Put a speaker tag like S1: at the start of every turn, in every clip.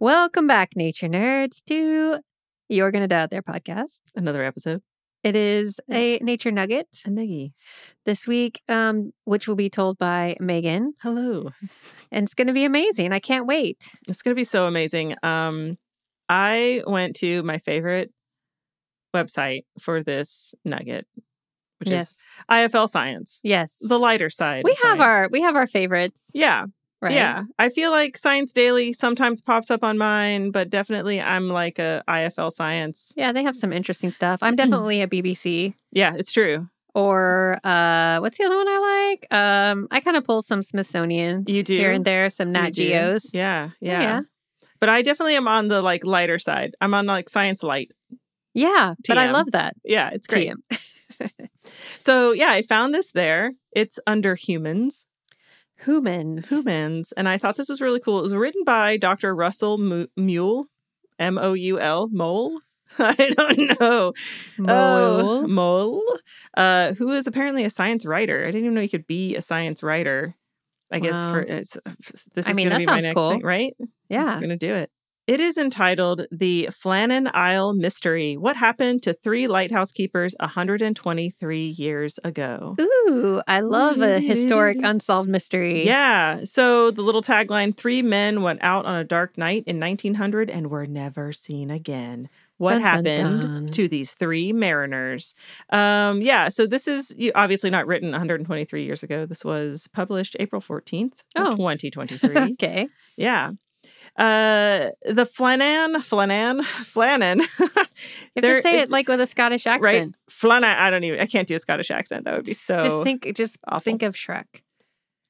S1: Welcome back, nature nerds, to You're Gonna Die Out There podcast.
S2: Another episode.
S1: It is a nature nugget
S2: A niggy.
S1: this week, um, which will be told by Megan,
S2: Hello.
S1: and it's gonna be amazing. I can't wait.
S2: It's gonna be so amazing. Um, I went to my favorite website for this nugget, which
S1: yes,
S2: is IFL Science,
S1: yes.
S2: the lighter side.
S1: we
S2: of
S1: have
S2: science.
S1: our we have our favorites,
S2: yeah,
S1: right?
S2: yeah. I feel like Science Daily sometimes pops up on mine, but definitely I'm like a IFL Science.
S1: yeah. They have some interesting stuff. I'm
S2: Mm-hmm.
S1: definitely a BBC
S2: Yeah, it's true.
S1: or uh, what's the other one I like? Um, I kind of pull some Smithsonian
S2: You do
S1: here and there, some Nat
S2: You do.
S1: Geos. Oh,
S2: Yeah, yeah,
S1: yeah.
S2: But I definitely am on the like lighter side. I'm on like Science Light.
S1: Yeah, but I
S2: TM.
S1: love that.
S2: Yeah, it's great.
S1: TM.
S2: So yeah, I found this there. It's under humans,
S1: Humans.
S2: humans, and I thought this was really cool. It was written by Dr. Russell Mu- Mule, M O U L, Mole. I don't know. Oh,
S1: Mole.
S2: Mole, uh, who is apparently a science writer. I didn't even know you could be a science writer. I guess
S1: Wow.
S2: for it's, uh, this
S1: I
S2: is
S1: mean,
S2: going
S1: that
S2: to be my
S1: sounds
S2: next
S1: cool.
S2: thing, right?
S1: Yeah.
S2: I'm going to do it. It is entitled The Flannan Isle Mystery What Happened to Three Lighthouse Keepers 123 Years Ago?
S1: Ooh, I love a historic unsolved mystery.
S2: Yeah. So the little tagline three men went out on a dark night in 1900 and were never seen again. What
S1: Dun, dun,
S2: happened
S1: dun.
S2: to these three mariners? Um, yeah. So this is you- obviously not written 123 years ago. This was published April 14th, of
S1: Oh.
S2: 2023.
S1: okay.
S2: Yeah. Uh, the Flannan, Flannan, Flannan.
S1: You have
S2: There-
S1: to say it
S2: it's-
S1: like with a Scottish accent.
S2: right. Flannan. I don't even. I can't do a Scottish accent. That would be
S1: Just-
S2: so.
S1: just think just
S2: awful.
S1: think of Shrek.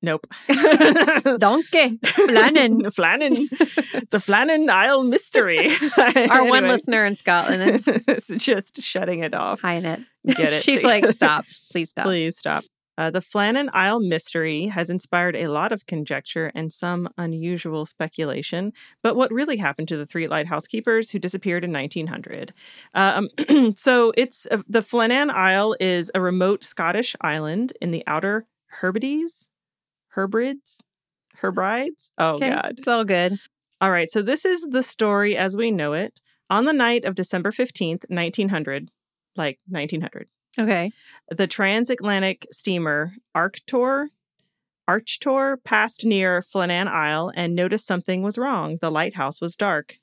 S2: nope.
S1: Donkey. Flannan.
S2: Flannan, Flannan, the Flannan Isle mystery.
S1: Our one listener in Scotland.
S2: it's just shutting it off.
S1: Hi in it.
S2: Get it?
S1: She's like, stop. Please stop.
S2: Please stop. Uh, the Flannan Isle mystery has inspired a lot of conjecture and some unusual speculation. But what really happened to the three lighthouse keepers who disappeared in 1900? Um, so it's uh, the Flannan Isle is a remote Scottish island in the outer Hebrides, Hebrides, Hebrides. Oh
S1: Okay.
S2: God,
S1: It's all good.
S2: all right, so this is the story as we know it. On the night of December 15th, 1900, like 1900,
S1: Okay.
S2: the transatlantic steamer Arctor Archtor passed near Flannan Isle and noticed something was wrong. The lighthouse was dark.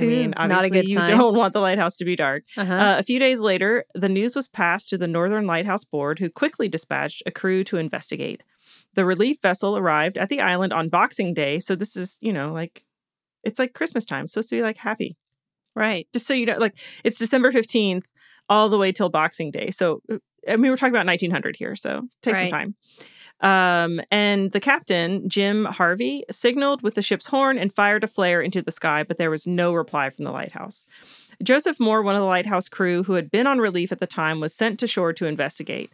S2: I
S1: Ooh,
S2: mean,
S1: not a
S2: obviously,
S1: good
S2: you
S1: sign.
S2: don't want the lighthouse to be dark.
S1: Uh-huh.
S2: Uh, a few days later, the news was passed to the Northern Lighthouse Board, who quickly dispatched a crew to investigate. The relief vessel arrived at the island on Boxing Day, so this is, you know, like it's like Christmas time, it's supposed to be like happy.
S1: right.
S2: Just so you know, like it's December fifteenth, all the way till Boxing Day. So, uh, I mean, we're talking about nineteen hundred here, so take some
S1: Right.
S2: time. Um, and the captain, Jim Harvey, signaled with the ship's horn and fired a flare into the sky, but there was no reply from the lighthouse. Joseph Moore, one of the lighthouse crew who had been on relief at the time, was sent to shore to investigate.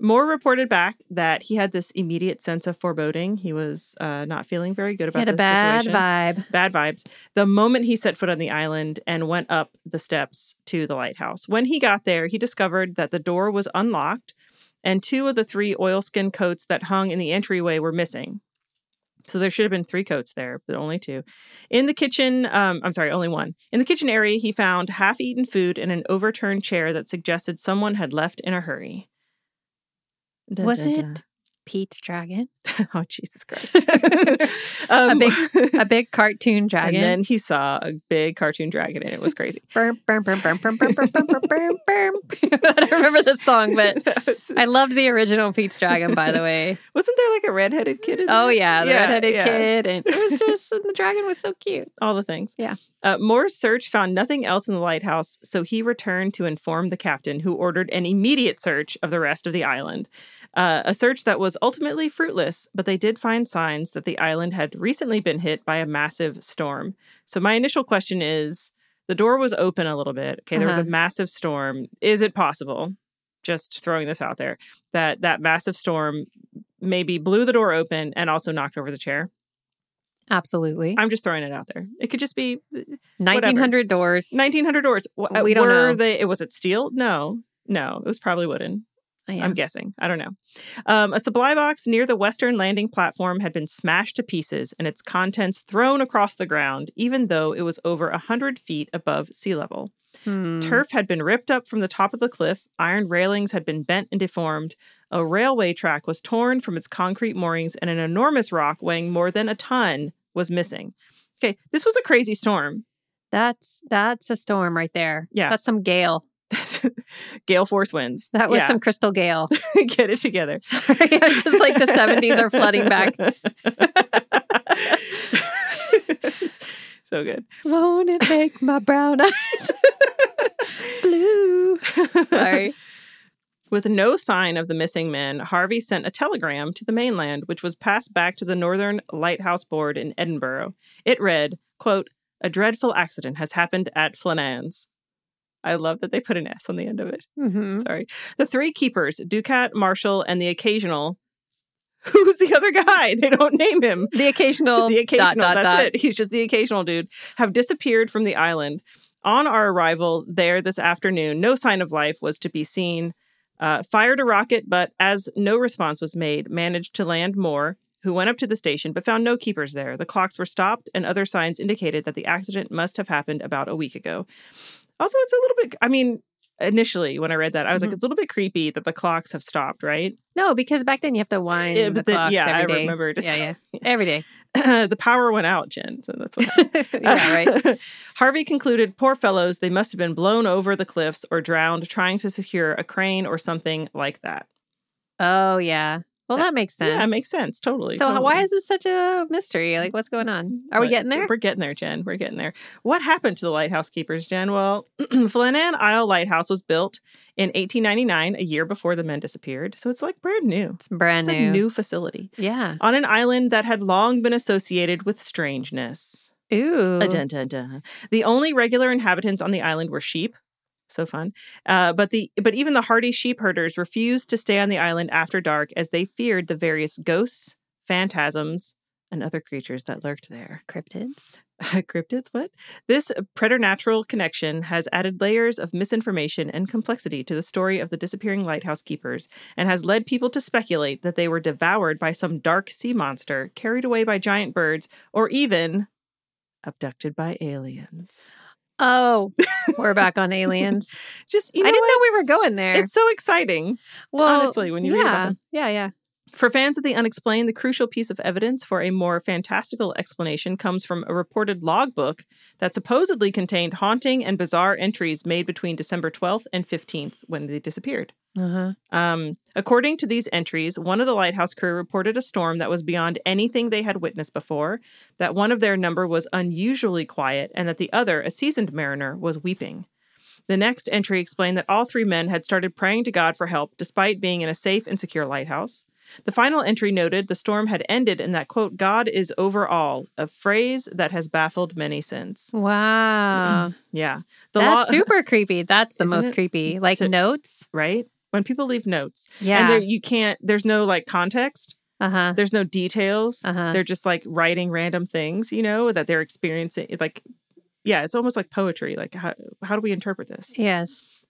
S2: Moore reported back that he had this immediate sense of foreboding. He was uh, not feeling very good about
S1: Get a
S2: this
S1: bad
S2: situation.
S1: vibe.
S2: Bad vibes. The moment he set foot on the island and went up the steps to the lighthouse. When he got there, he discovered that the door was unlocked and two of the three oilskin coats that hung in the entryway were missing. So there should have been three coats there, but only two. In the kitchen, um, I'm sorry, only one. In the kitchen area, he found half eaten food and an overturned chair that suggested someone had left in a hurry. Dun,
S1: Was
S2: dun,
S1: it
S2: dun.
S1: Pete's dragon?
S2: Oh, Jesus Christ. Um,
S1: big- A big cartoon dragon.
S2: And then he saw a big cartoon dragon and it was crazy.
S1: Burm, burm, burm, burm, burm, burm, burm, burm, burm, burm, burm. I don't remember the song, but I loved the original Pete's Dragon, by the way.
S2: Wasn't there like a redheaded kid in
S1: Oh,
S2: there?
S1: yeah, the
S2: Yeah,
S1: redheaded
S2: yeah.
S1: kid. And it was just, and the dragon was so cute.
S2: All the things.
S1: Yeah.
S2: Uh, Moore's search found nothing else in the lighthouse, so he returned to inform the captain, who ordered an immediate search of the rest of the island. Uh, a search that was was ultimately fruitless, but they did find signs that the island had recently been hit by a massive storm. So, my initial question is the door was open a little bit. Okay, there was a
S1: Uh-huh.
S2: massive storm. Is it possible, just throwing this out there, that that massive storm maybe blew the door open and also knocked over the chair?
S1: Absolutely.
S2: I'm just throwing it out there. It could just be
S1: 1900 doors.
S2: 1900 doors. W- uh,
S1: We don't
S2: were
S1: know.
S2: they? Was it steel? No, no. It was probably wooden.
S1: Oh, Yeah.
S2: I'm guessing. I don't know. Um, a supply box near the western landing platform had been smashed to pieces and its contents thrown across the ground, even though it was over a 100 feet above sea level.
S1: Hmm.
S2: Turf had been ripped up from the top of the cliff, iron railings had been bent and deformed, a railway track was torn from its concrete moorings, and an enormous rock weighing more than a ton was missing. Okay, this was a crazy storm.
S1: That's that's a storm right there.
S2: Yeah.
S1: That's some gale.
S2: Gale force winds.
S1: That was
S2: Yeah,
S1: some crystal gale.
S2: get it together.
S1: Sorry. I'm just like the 70s are flooding back.
S2: so good.
S1: Won't it make my brown eyes blue? Sorry.
S2: With no sign of the missing men, Harvey sent a telegram to the mainland, which was passed back to the Northern Lighthouse Board in Edinburgh. It read, quote, A dreadful accident has happened at Flanans. I love that they put an S on the end of it.
S1: Mhm.
S2: Sorry. The three keepers, Ducat, Marshall, and the occasional. Who's the other guy? They don't name him
S1: The occasional.
S2: the occasional.
S1: Dot, dot,
S2: that's
S1: dot.
S2: it. He's just the occasional dude. Have disappeared from the island. On our arrival there this afternoon, no sign of life was to be seen. Uh, fired a rocket, but as no response was made, managed to land Moore, who went up to the station but found no keepers there. The clocks were stopped, and other signs indicated that the accident must have happened about a week ago. Also, it's a little bit. I mean, initially when I read that, I was like,
S1: Mhm.
S2: it's a little bit creepy that the clocks have stopped, right?
S1: No, because back then you have to wind
S2: Yeah,
S1: the
S2: but then-
S1: clocks
S2: yeah,
S1: every
S2: I
S1: day.
S2: remembered.
S1: Yeah, yeah. Every day.
S2: the power went out, Jen. So that's what.
S1: yeah, right.
S2: Harvey concluded, poor fellows, they must have been blown over the cliffs or drowned trying to secure a crane or something like that.
S1: Oh, yeah. Well, that makes sense.
S2: Yeah, it makes sense. Totally.
S1: So, how-
S2: totally. Mm.
S1: why is this such a mystery? Like, what's going on? Are we
S2: But
S1: getting there?
S2: We're getting there, Jen. We're getting there. What happened to the lighthouse keepers, Jen? Well, Flannan Isle Lighthouse was built in 1899, a year before the men disappeared. So it's like brand new.
S1: It's brand
S2: It's a new facility
S1: Yeah.
S2: on an island that had long been associated with strangeness.
S1: Ooh.
S2: Uh, dun, dun, dun. The only regular inhabitants on the island were sheep. So fun. Uh, but the but even the hardy sheep herders refused to stay on the island after dark as they feared the various ghosts, phantasms, and other creatures that lurked there.
S1: Cryptids.
S2: Cryptids, what? This preternatural connection has added layers of misinformation and complexity to the story of the disappearing lighthouse keepers and has led people to speculate that they were devoured by some dark sea monster, carried away by giant birds, or even abducted by aliens.
S1: Oh, we're back on aliens.
S2: Just, you know,
S1: I didn't
S2: what?
S1: know we were going there.
S2: it's so exciting.
S1: well,
S2: honestly, when you
S1: yeah,
S2: read about them.
S1: Yeah, yeah.
S2: For fans of the unexplained, the crucial piece of evidence for a more fantastical explanation comes from a reported logbook that supposedly contained haunting and bizarre entries made between December 12th and 15th when they disappeared.
S1: Uh-huh.
S2: Um, according to these entries, one of the lighthouse crew reported a storm that was beyond anything they had witnessed before, that one of their number was unusually quiet, and that the other, a seasoned mariner, was weeping. The next entry explained that all three men had started praying to God for help despite being in a safe and secure lighthouse. The final entry noted the storm had ended and that, quote, God is over all, a phrase that has baffled many since.
S1: Wow.
S2: Yeah. The law,
S1: That's super creepy. That's the
S2: Isn't
S1: most
S2: it?
S1: creepy. Like
S2: So-
S1: notes.
S2: right? When people leave notes, and
S1: Yeah.
S2: there, you can't, there's no like context.
S1: Uh huh.
S2: There's no details.
S1: Uh-huh.
S2: They're just like writing random things, you know, that they're experiencing. It's Like, yeah, it's almost like poetry. Like, how, how do we interpret this?
S1: Yes.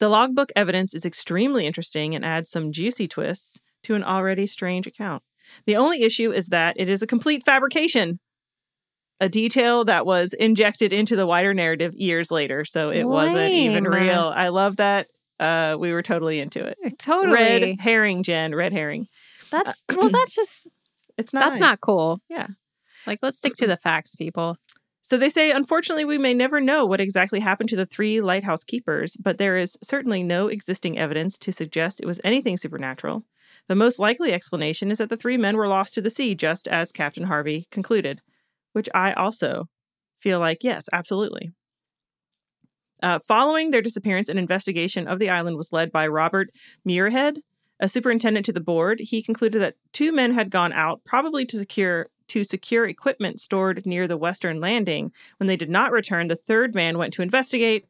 S2: The logbook evidence is extremely interesting and adds some juicy twists to an already strange account. The only issue is that it is a complete fabrication, a detail that was injected into the wider narrative years later. So it wasn't even
S1: Lame.
S2: real. I love that. Uh, we were totally into it.
S1: Eh, Totally.
S2: Red uh, herring, Jen. Red herring.
S1: That's well. That's just
S2: It's not.
S1: that's
S2: nice.
S1: not cool.
S2: Yeah.
S1: Like let's stick to the facts, people.
S2: So they say, unfortunately, we may never know what exactly happened to the three lighthouse keepers, but there is certainly no existing evidence to suggest it was anything supernatural. The most likely explanation is that the three men were lost to the sea, just as Captain Harvey concluded, which I also feel like, yes, absolutely. Uh, following their disappearance, an investigation of the island was led by Robert Muirhead, a superintendent to the board, he concluded that two men had gone out, probably to secure to secure equipment stored near the western landing. When they did not return, the third man went to investigate.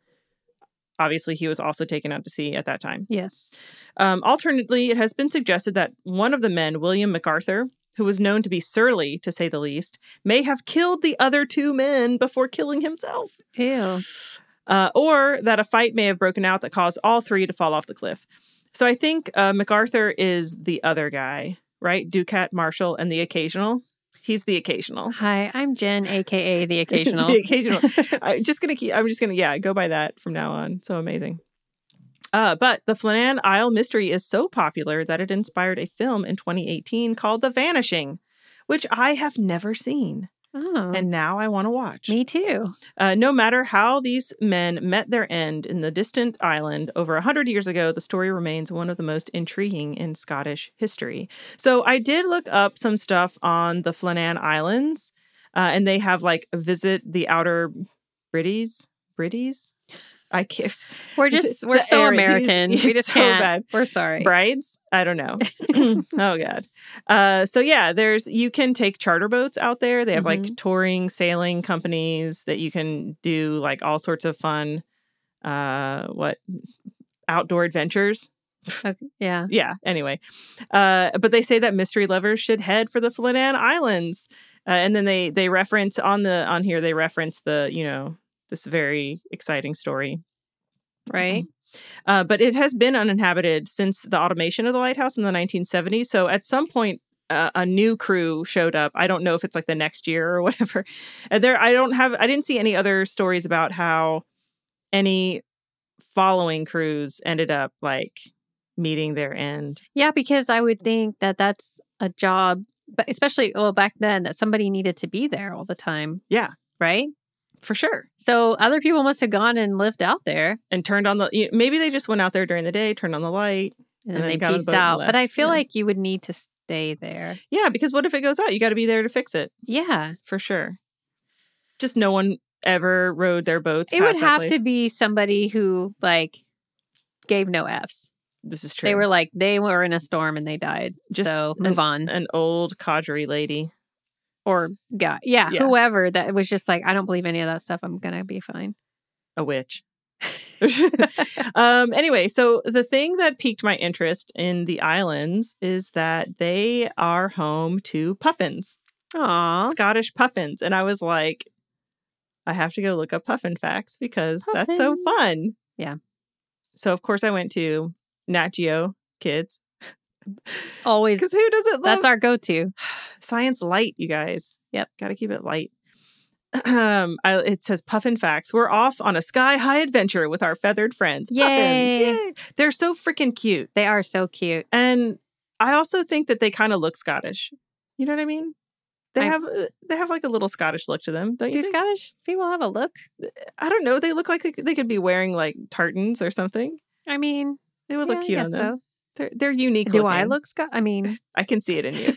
S2: Obviously, he was also taken out to sea at that time.
S1: Yes.
S2: Um, alternately, it has been suggested that one of the men, William MacArthur, who was known to be surly, to say the least, may have killed the other two men before killing himself.
S1: Ew.
S2: Uh, or that a fight may have broken out that caused all three to fall off the cliff. So I think uh, MacArthur is the other guy, right? Ducat, Marshall, and the occasional. He's the occasional.
S1: Hi, I'm Jen, aka the occasional.
S2: Oh. the occasional. I'm just gonna keep. I'm just gonna yeah go by that from now on. So amazing. Uh, but the Flannan Isle mystery is so popular that it inspired a film in 2018 called The Vanishing, which I have never seen,
S1: oh,
S2: and now I want to watch.
S1: me too.
S2: Uh, no matter how these men met their end in the distant island over a 100 years ago, the story remains one of the most intriguing in Scottish history. So I did look up some stuff on the Flannan Islands, uh, and they have like visit the outer Brities. Brities? I can't.
S1: We're just we're
S2: The
S1: so
S2: area is-
S1: American. we
S2: is
S1: just
S2: so
S1: can't.
S2: bad.
S1: We're sorry.
S2: Brides? I don't know. oh god. Uh, so yeah, there's you can take charter boats out there. They have like touring sailing companies that you can do like all sorts of fun uh what outdoor adventures.
S1: Okay, Yeah.
S2: Yeah, anyway. Uh but they say that mystery lovers should head for the Flannan Islands. Uh, and then they they reference on the on here they reference the, you know, this very exciting story Mm-hmm.
S1: Right.
S2: uh, but it has been uninhabited since the automation of the lighthouse in the 1970s. So at some point, uh, a new crew showed up. I don't know if it's like the next year or whatever. And there, I don't have, I didn't see any other stories about how any following crews ended up like meeting their end.
S1: Yeah, because I would think that that's a job, but especially well back then that somebody needed to be there all the time.
S2: Yeah.
S1: Right.
S2: For sure.
S1: So other people must have gone and lived out there,
S2: And turned on the, you- maybe they just went out there during the day, turned on the light.
S1: and, then
S2: then
S1: they
S2: got on the
S1: pieced
S2: boat and
S1: out. But
S2: left.
S1: I feel
S2: Yeah.
S1: like you would need to stay there.
S2: Yeah, because what if it goes out? You got to be there to fix it
S1: Yeah.
S2: for sure. Just no one ever rowed their boats.
S1: it would
S2: past that
S1: have
S2: place.
S1: to be somebody who like gave no f's.
S2: This is true.
S1: They were like they were in a storm and they died.
S2: Just
S1: so move on
S2: an eh, old cadre lady.
S1: or guy, yeah,
S2: Yeah.
S1: whoever that was just like I don't believe any of that stuff. I'm gonna be fine.
S2: a witch. um, anyway, so the thing that piqued my interest in the islands is that they are home to puffins,
S1: Aw,
S2: Scottish puffins. And I was like, I have to go look up puffin facts because that's so
S1: Puffin.
S2: fun.
S1: Yeah.
S2: So, of course, I went to Nat Geo Kids
S1: always.
S2: because who doesn't love
S1: That's our go-to.
S2: science light, you guys.
S1: Yep.
S2: Got to keep it light. Um, I, it says Puffin Facts. We're off on a sky high adventure with our feathered friends.
S1: Yay.
S2: Puffins. Yay. They're so freaking cute.
S1: They are so cute.
S2: And I also think that they kind of look Scottish. You know what I mean? They
S1: I-
S2: have uh, they have like a little Scottish look to them, don't
S1: Do
S2: you think?
S1: Scottish people have a look?
S2: I don't know. They look like they, they could be wearing like tartans or something.
S1: I mean,
S2: They would
S1: yeah,
S2: look
S1: I
S2: cute on
S1: guess
S2: them.
S1: so.
S2: They're they're unique.
S1: Do I
S2: looking.
S1: look Scot? I mean,
S2: I can see it in you.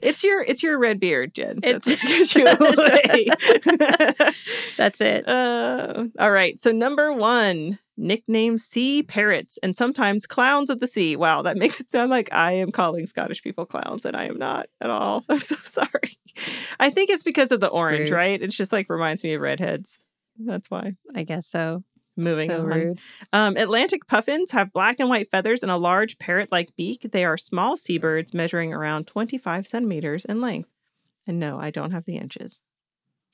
S2: it's your it's your red beard, Jen. That's what
S1: It's-
S2: gives you away.
S1: that's it.
S2: Uh, all right. So number one, nickname sea parrots and sometimes clowns of the sea. Wow, that makes it sound like I am calling Scottish people clowns, and I am not at all. I'm so sorry. I think it's because of the orange,
S1: rude.
S2: right? It's just like reminds me of redheads. That's why.
S1: I guess so.
S2: Moving
S1: so
S2: on.
S1: rude.
S2: Um, Atlantic puffins have black and white feathers and a large parrot like beak. They are small seabirds measuring around 25 centimeters in length. And no, I don't have the inches.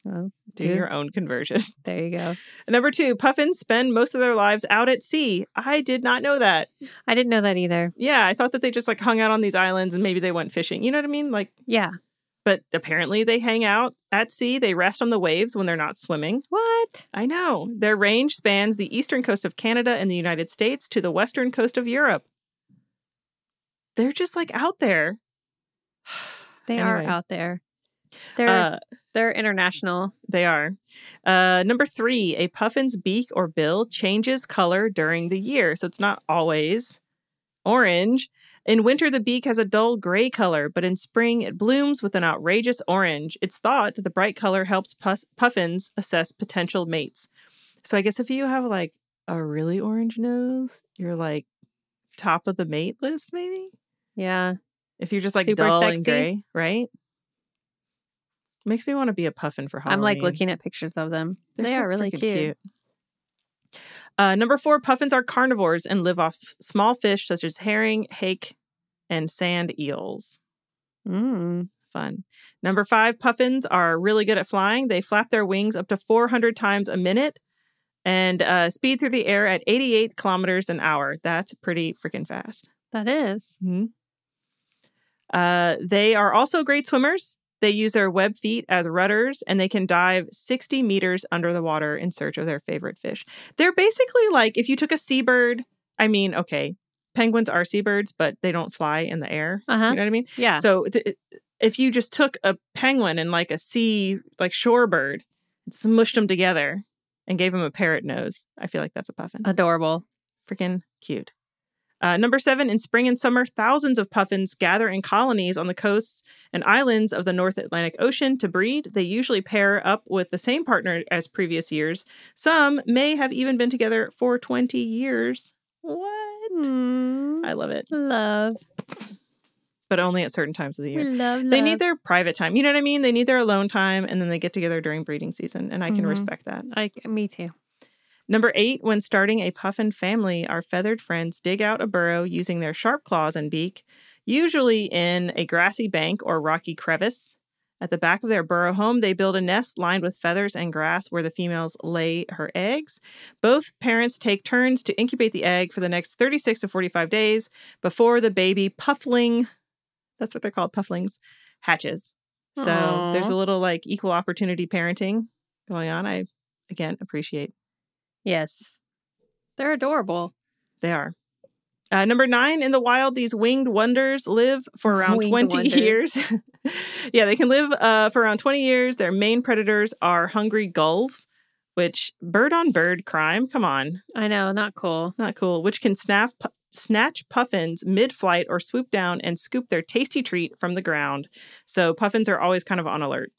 S1: Well,
S2: Do
S1: Good.
S2: your own conversion.
S1: there you go.
S2: Number two, puffins spend most of their lives out at sea. I did not know that.
S1: I didn't know that either.
S2: Yeah, I thought that they just like hung out on these islands and maybe they went fishing. You know what I mean? Like,
S1: Yeah.
S2: but apparently they hang out at sea. They rest on the waves when they're not swimming.
S1: What?
S2: I know. Their range spans the eastern coast of Canada and the United States to the western coast of Europe. They're just like out there.
S1: They are
S2: Anyway.
S1: out there. They're
S2: Uh,
S1: they're international.
S2: they are. Uh, number three, a puffin's beak or bill changes color during the year. So it's not always orange. In winter, the beak has a dull gray color, but in spring, it blooms with an outrageous orange. It's thought that the bright color helps pus- puffins assess potential mates. So I guess if you have like a really orange nose, you're like, top of the mate list, maybe?
S1: Yeah.
S2: If you're just like
S1: Super
S2: dull and
S1: sexy.
S2: gray, right? Makes me want to be a puffin for Halloween.
S1: I'm like looking at pictures of them. They're
S2: so
S1: really
S2: freaking
S1: cute.
S2: Uh, number four, puffins are carnivores and live off small fish such as herring, hake, and sand eels.
S1: Mm.
S2: Fun. Number five, puffins are really good at flying. They flap their wings up to 400 times a minute and uh, speed through the air at 88 kilometers an hour. That's pretty freaking fast.
S1: That is.
S2: Mm-hmm. Uh, they are also great swimmers. They use their web feet as rudders and they can dive 60 meters under the water in search of their favorite fish. They're basically like if you took a seabird, I mean, okay, penguins are seabirds, but they don't fly in the air.
S1: Uh
S2: You
S1: huh.
S2: know what I mean?
S1: Yeah.
S2: So th- if you just took a penguin and like a sea, like shorebird, and smushed them together and gave them a parrot nose, I feel like that's a puffin
S1: Adorable.
S2: freaking cute. Uh, number seven, in spring and summer, thousands of puffins gather in colonies on the coasts and islands of the North Atlantic Ocean to breed. They usually pair up with the same partner as previous years. Some may have even been together for 20 years. What?
S1: Mm.
S2: I love it,
S1: Love.
S2: but only at certain times of the
S1: We
S2: year.
S1: love, Hmm. love.
S2: They need their private time. You know what I mean? They need their alone time and then they get together during breeding season, and I can
S1: Mhm.
S2: respect that.
S1: I, me too.
S2: Number eight, when starting a puffin family, our feathered friends dig out a burrow using their sharp claws and beak, usually in a grassy bank or rocky crevice. At the back of their burrow home, they build a nest lined with feathers and grass where the females lay her eggs. Both parents take turns to incubate the egg for the next 36 to 45 days before the baby puffling, that's what they're called, pufflings, hatches. So
S1: Aw.
S2: there's a little like equal opportunity parenting going on. I, again, appreciate
S1: Yes. They're adorable.
S2: They are. Uh, number nine, in the wild, these winged wonders live for around
S1: Winged
S2: 20
S1: wonders.
S2: years. yeah, they can live uh, for around 20 years. Their main predators are hungry gulls, which bird on bird crime. Come on,
S1: I know. Not cool.
S2: not cool. Which can snap, pu- snatch puffins mid flight or swoop down and scoop their tasty treat from the ground. So puffins are always kind of on alert.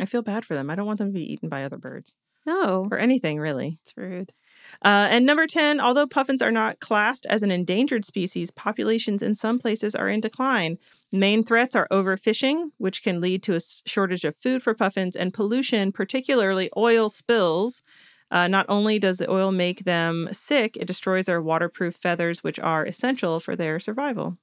S2: I feel bad for them. I don't want them to be eaten by other birds
S1: No.
S2: or anything, really.
S1: It's rude.
S2: Uh, and number 10, although puffins are not classed as an endangered species, populations in some places are in decline. Main threats are overfishing, which can lead to a s- shortage of food for puffins, and pollution, particularly oil spills. Uh, not only does the oil make them sick, it destroys their waterproof feathers, which are essential for their survival.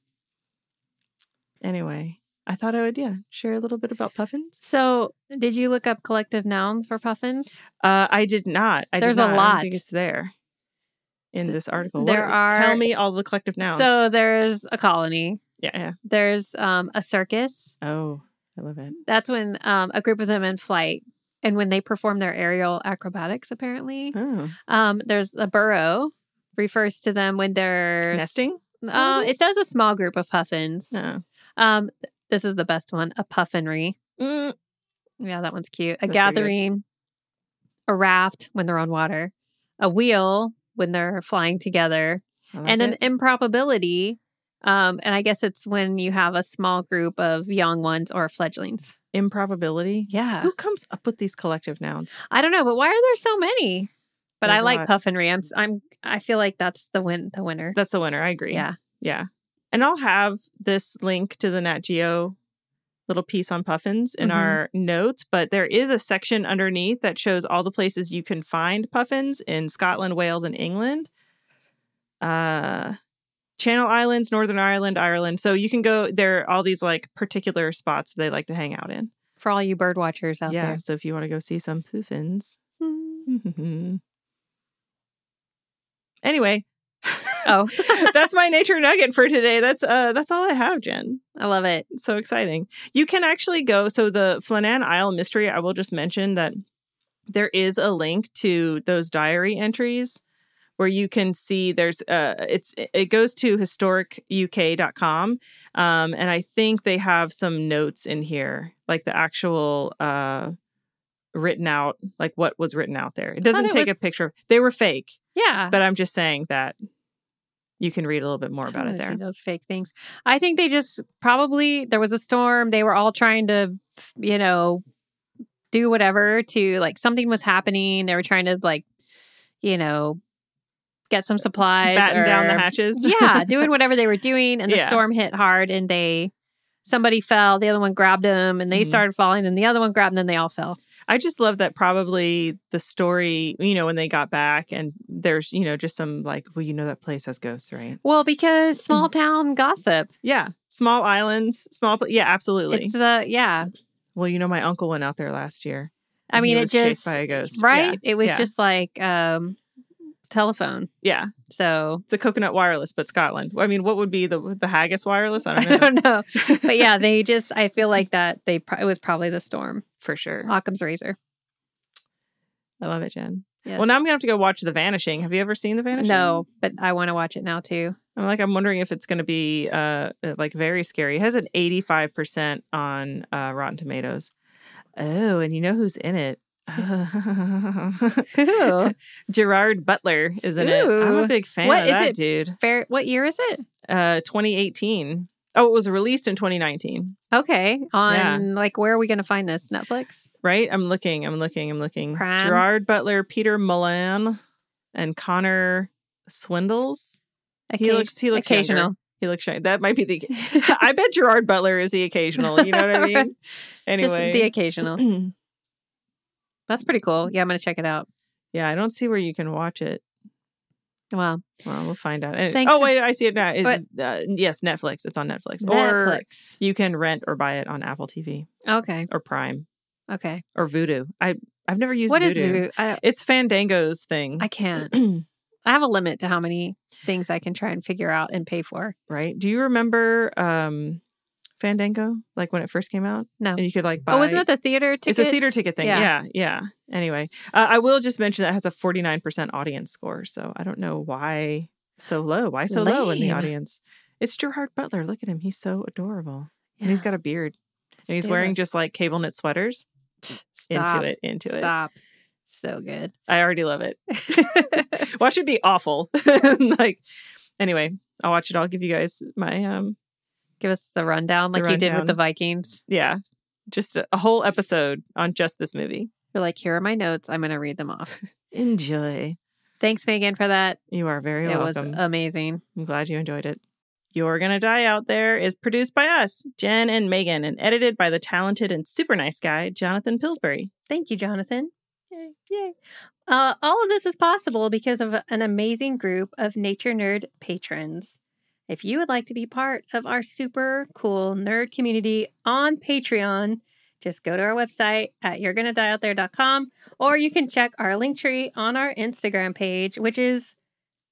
S2: Anyway, I thought I would, yeah, share a little bit about puffins.
S1: So, did you look up collective nouns for puffins?
S2: Uh, I did not. I did
S1: There's a
S2: not. I don't
S1: lot.
S2: think it's there in this article.
S1: there
S2: What-
S1: are-
S2: Tell me all the collective nouns.
S1: So, there's a colony,
S2: yeah, yeah.
S1: there's um, a circus.
S2: Oh, I love it.
S1: That's when um, a group of them in flight and when they perform their aerial acrobatics, apparently.
S2: Oh,
S1: Um, there's a burrow, refers to them when they're
S2: nesting.
S1: Um, it says a small group of puffins.
S2: No.
S1: Um, this is the best one a puffinry.
S2: Mm,
S1: Yeah, that one's cute. A
S2: That's pretty good.
S1: gathering, a raft when they're on water, a wheel when they're flying together,
S2: I like
S1: and an
S2: it.
S1: improbability. Um, and I guess it's when you have a small group of young ones or fledglings.
S2: improbability.
S1: Yeah.
S2: Who comes up with these collective nouns?
S1: I don't know, but why are there so many? But I
S2: There's a
S1: like
S2: lot.
S1: puffinry. I'm s- I'm I feel like that's the win the winner.
S2: That's the winner. I agree.
S1: Yeah.
S2: Yeah. And I'll have this link to the Nat Geo little piece on puffins in
S1: Mhm.
S2: our notes, but there is a section underneath that shows all the places you can find puffins in Scotland, Wales, and England. Uh Channel Islands, Northern Ireland, Ireland. So you can go there are all these like particular spots they like to hang out in.
S1: For all you bird watchers out
S2: yeah.
S1: there. Hmm,
S2: So if you want to go see some puffins. anyway,
S1: Oh,
S2: that's my nature nugget for today. That's uh that's all I have, Jen.
S1: I love it.
S2: So exciting. You can actually go so the Flannan Isle mystery, I will just mention that there is a link to those diary entries where you can see there's uh it's it goes to historicuk.com um and I think they have some notes in here like the actual uh written out like what was written out there. It doesn't
S1: it
S2: take
S1: was-
S2: a picture. They were fake,
S1: Yeah.
S2: but I'm just saying that you can read a little bit more
S1: I
S2: about
S1: don't
S2: it
S1: wanna
S2: there.
S1: see those fake things. I think they just probably there was a storm. They were all trying to, you know, do whatever to like something was happening. They were trying to like, you know, get some supplies,
S2: Uh, batten down the
S1: or-
S2: hatches.
S1: yeah, doing whatever they were doing, and the
S2: Yeah.
S1: storm hit hard, and they somebody fell. The other one grabbed them, and they
S2: Mhm.
S1: started falling, and the other one grabbed, them, and then they all fell.
S2: I just love that probably the story, you know, when they got back and there's, you know, just some like, well, you know, that place has ghosts, right?
S1: Well, because small town gossip.
S2: Yeah. Small islands, small. Pl- yeah, absolutely.
S1: It's uh, yeah.
S2: well, you know, my uncle went out there last year.
S1: I
S2: and he
S1: mean, it
S2: was chased
S1: just
S2: by a ghost.
S1: right. It was
S2: yeah.
S1: just like um, telephone.
S2: Yeah. yeah.
S1: So
S2: It's a coconut wireless, but Scotland. I mean, what would be the the haggis wireless? I
S1: I
S2: don't know.
S1: don't know, but yeah, they just. I feel like that they. Pro- it was probably the storm.
S2: For sure.
S1: Occam's razor.
S2: I love it, Jen.
S1: Yes.
S2: Well, now I'm going to have to go watch The Vanishing. Have you ever seen The Vanishing?
S1: no, but I want to watch it now too.
S2: I'm like, I'm wondering if it's going to be uh like very scary. It has an 85% on uh, Rotten Tomatoes. Oh, and you know who's in it?
S1: Ooh.
S2: Gerard Butler is in it. I'm a
S1: Ooh.
S2: big fan
S1: What
S2: of
S1: is
S2: that
S1: it?
S2: dude.
S1: Fair. What year is it?
S2: Uh, 2018. Oh, it was released in 2019,
S1: Okay. On
S2: Yeah.
S1: like, where are we going to find this? Netflix.
S2: right? I'm looking. I'm looking. I'm looking.
S1: Prime.
S2: Gerard Butler, Peter Milan, and Connor Swindles. He
S1: Occasion-
S2: looks. He looks younger.
S1: occasional.
S2: He looks shiny. That might be the. I bet Gerard Butler is the occasional. You know what I
S1: Right.
S2: mean? Anyway.
S1: Just the occasional. That's pretty cool. Yeah, I'm going to check it out.
S2: yeah, I don't see where you can watch it.
S1: Wow.
S2: Well, we'll find out. And-
S1: Thanks
S2: oh
S1: for-
S2: wait, I see it now. It-
S1: What?
S2: uh, yes, Netflix. It's on Netflix. Or
S1: Netflix.
S2: you can rent or buy it on Apple TV
S1: Okay.
S2: or Prime
S1: Okay.
S2: or Voodoo. I I've never used
S1: What
S2: Voodoo.
S1: is voodoo? I,
S2: It's Fandango's thing,
S1: I can't. I have a limit to how many things I can try and figure out and pay for.
S2: right? Do you remember um Fandango like when it first came out?
S1: No.
S2: And you could like buy
S1: Oh, wasn't it the theater ticket?
S2: It's a theater ticket thing. Yeah,
S1: Yeah.
S2: yeah. Anyway, uh, I will just mention that it has a 49% audience score. So I don't know why so low. Why so low in the
S1: Lame.
S2: audience? It's Gerard Butler. Look at him. He's so adorable. And he's got a beard. And he's wearing just like cable knit sweaters. into it, into it.
S1: Stop. So good.
S2: I already love it. Watch it be awful. like, anyway, I'll watch it. I'll give you guys my, um
S1: Give us the rundown
S2: The
S1: like you did with the
S2: rundown.
S1: Vikings.
S2: yeah, just a, a whole episode on just this movie.
S1: You're like, here are my notes. I'm going to read them off.
S2: Enjoy.
S1: Thanks, Megan, for that.
S2: You are very
S1: it
S2: welcome.
S1: was amazing.
S2: I'm glad you enjoyed it. You're Gonna Die Out There is produced by us, Jen and Megan, and edited by the talented and super nice guy, Jonathan Pillsbury.
S1: Thank you, Jonathan.
S2: Yay.
S1: Yay. Uh, all of this is possible because of an amazing group of Nature Nerd patrons. If you would like to be part of our super cool nerd community on Patreon, just go to our website at you'regonnadieoutthere.com or you can check our link tree on our Instagram page, which is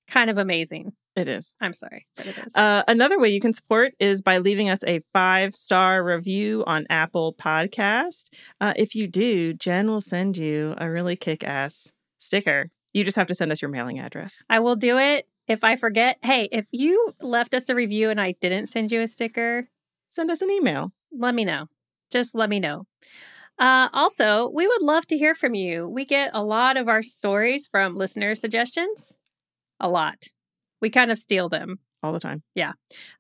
S1: kind of amazing.
S2: It is.
S1: I'm sorry, but it is.
S2: Uh, another way you can support is by leaving us a five star review on Apple Podcast. Uh, if you do, Jen will send you a really kick ass sticker. You just have to send us your mailing address.
S1: I will do it if I forget. Hey, if you left us a review and I didn't send you a sticker,
S2: Send us an email.
S1: let me know. Just let me know. Uh, also, we would love to hear from you. We get a lot of our stories from listener suggestions, a lot. We kind of steal them
S2: All the time.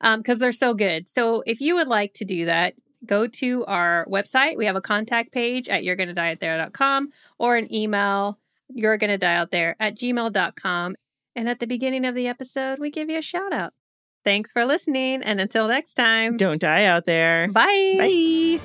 S1: because they're so good. So if you would like to do that, go to our website. We have a contact page at you'regonnadieoutthere.com or an email, you're gonna die out there at gmail.com. And at the beginning of the episode, we give you a shout out. Thanks for listening. And until next time,
S2: Don't die out there.
S1: bye.
S2: Bye.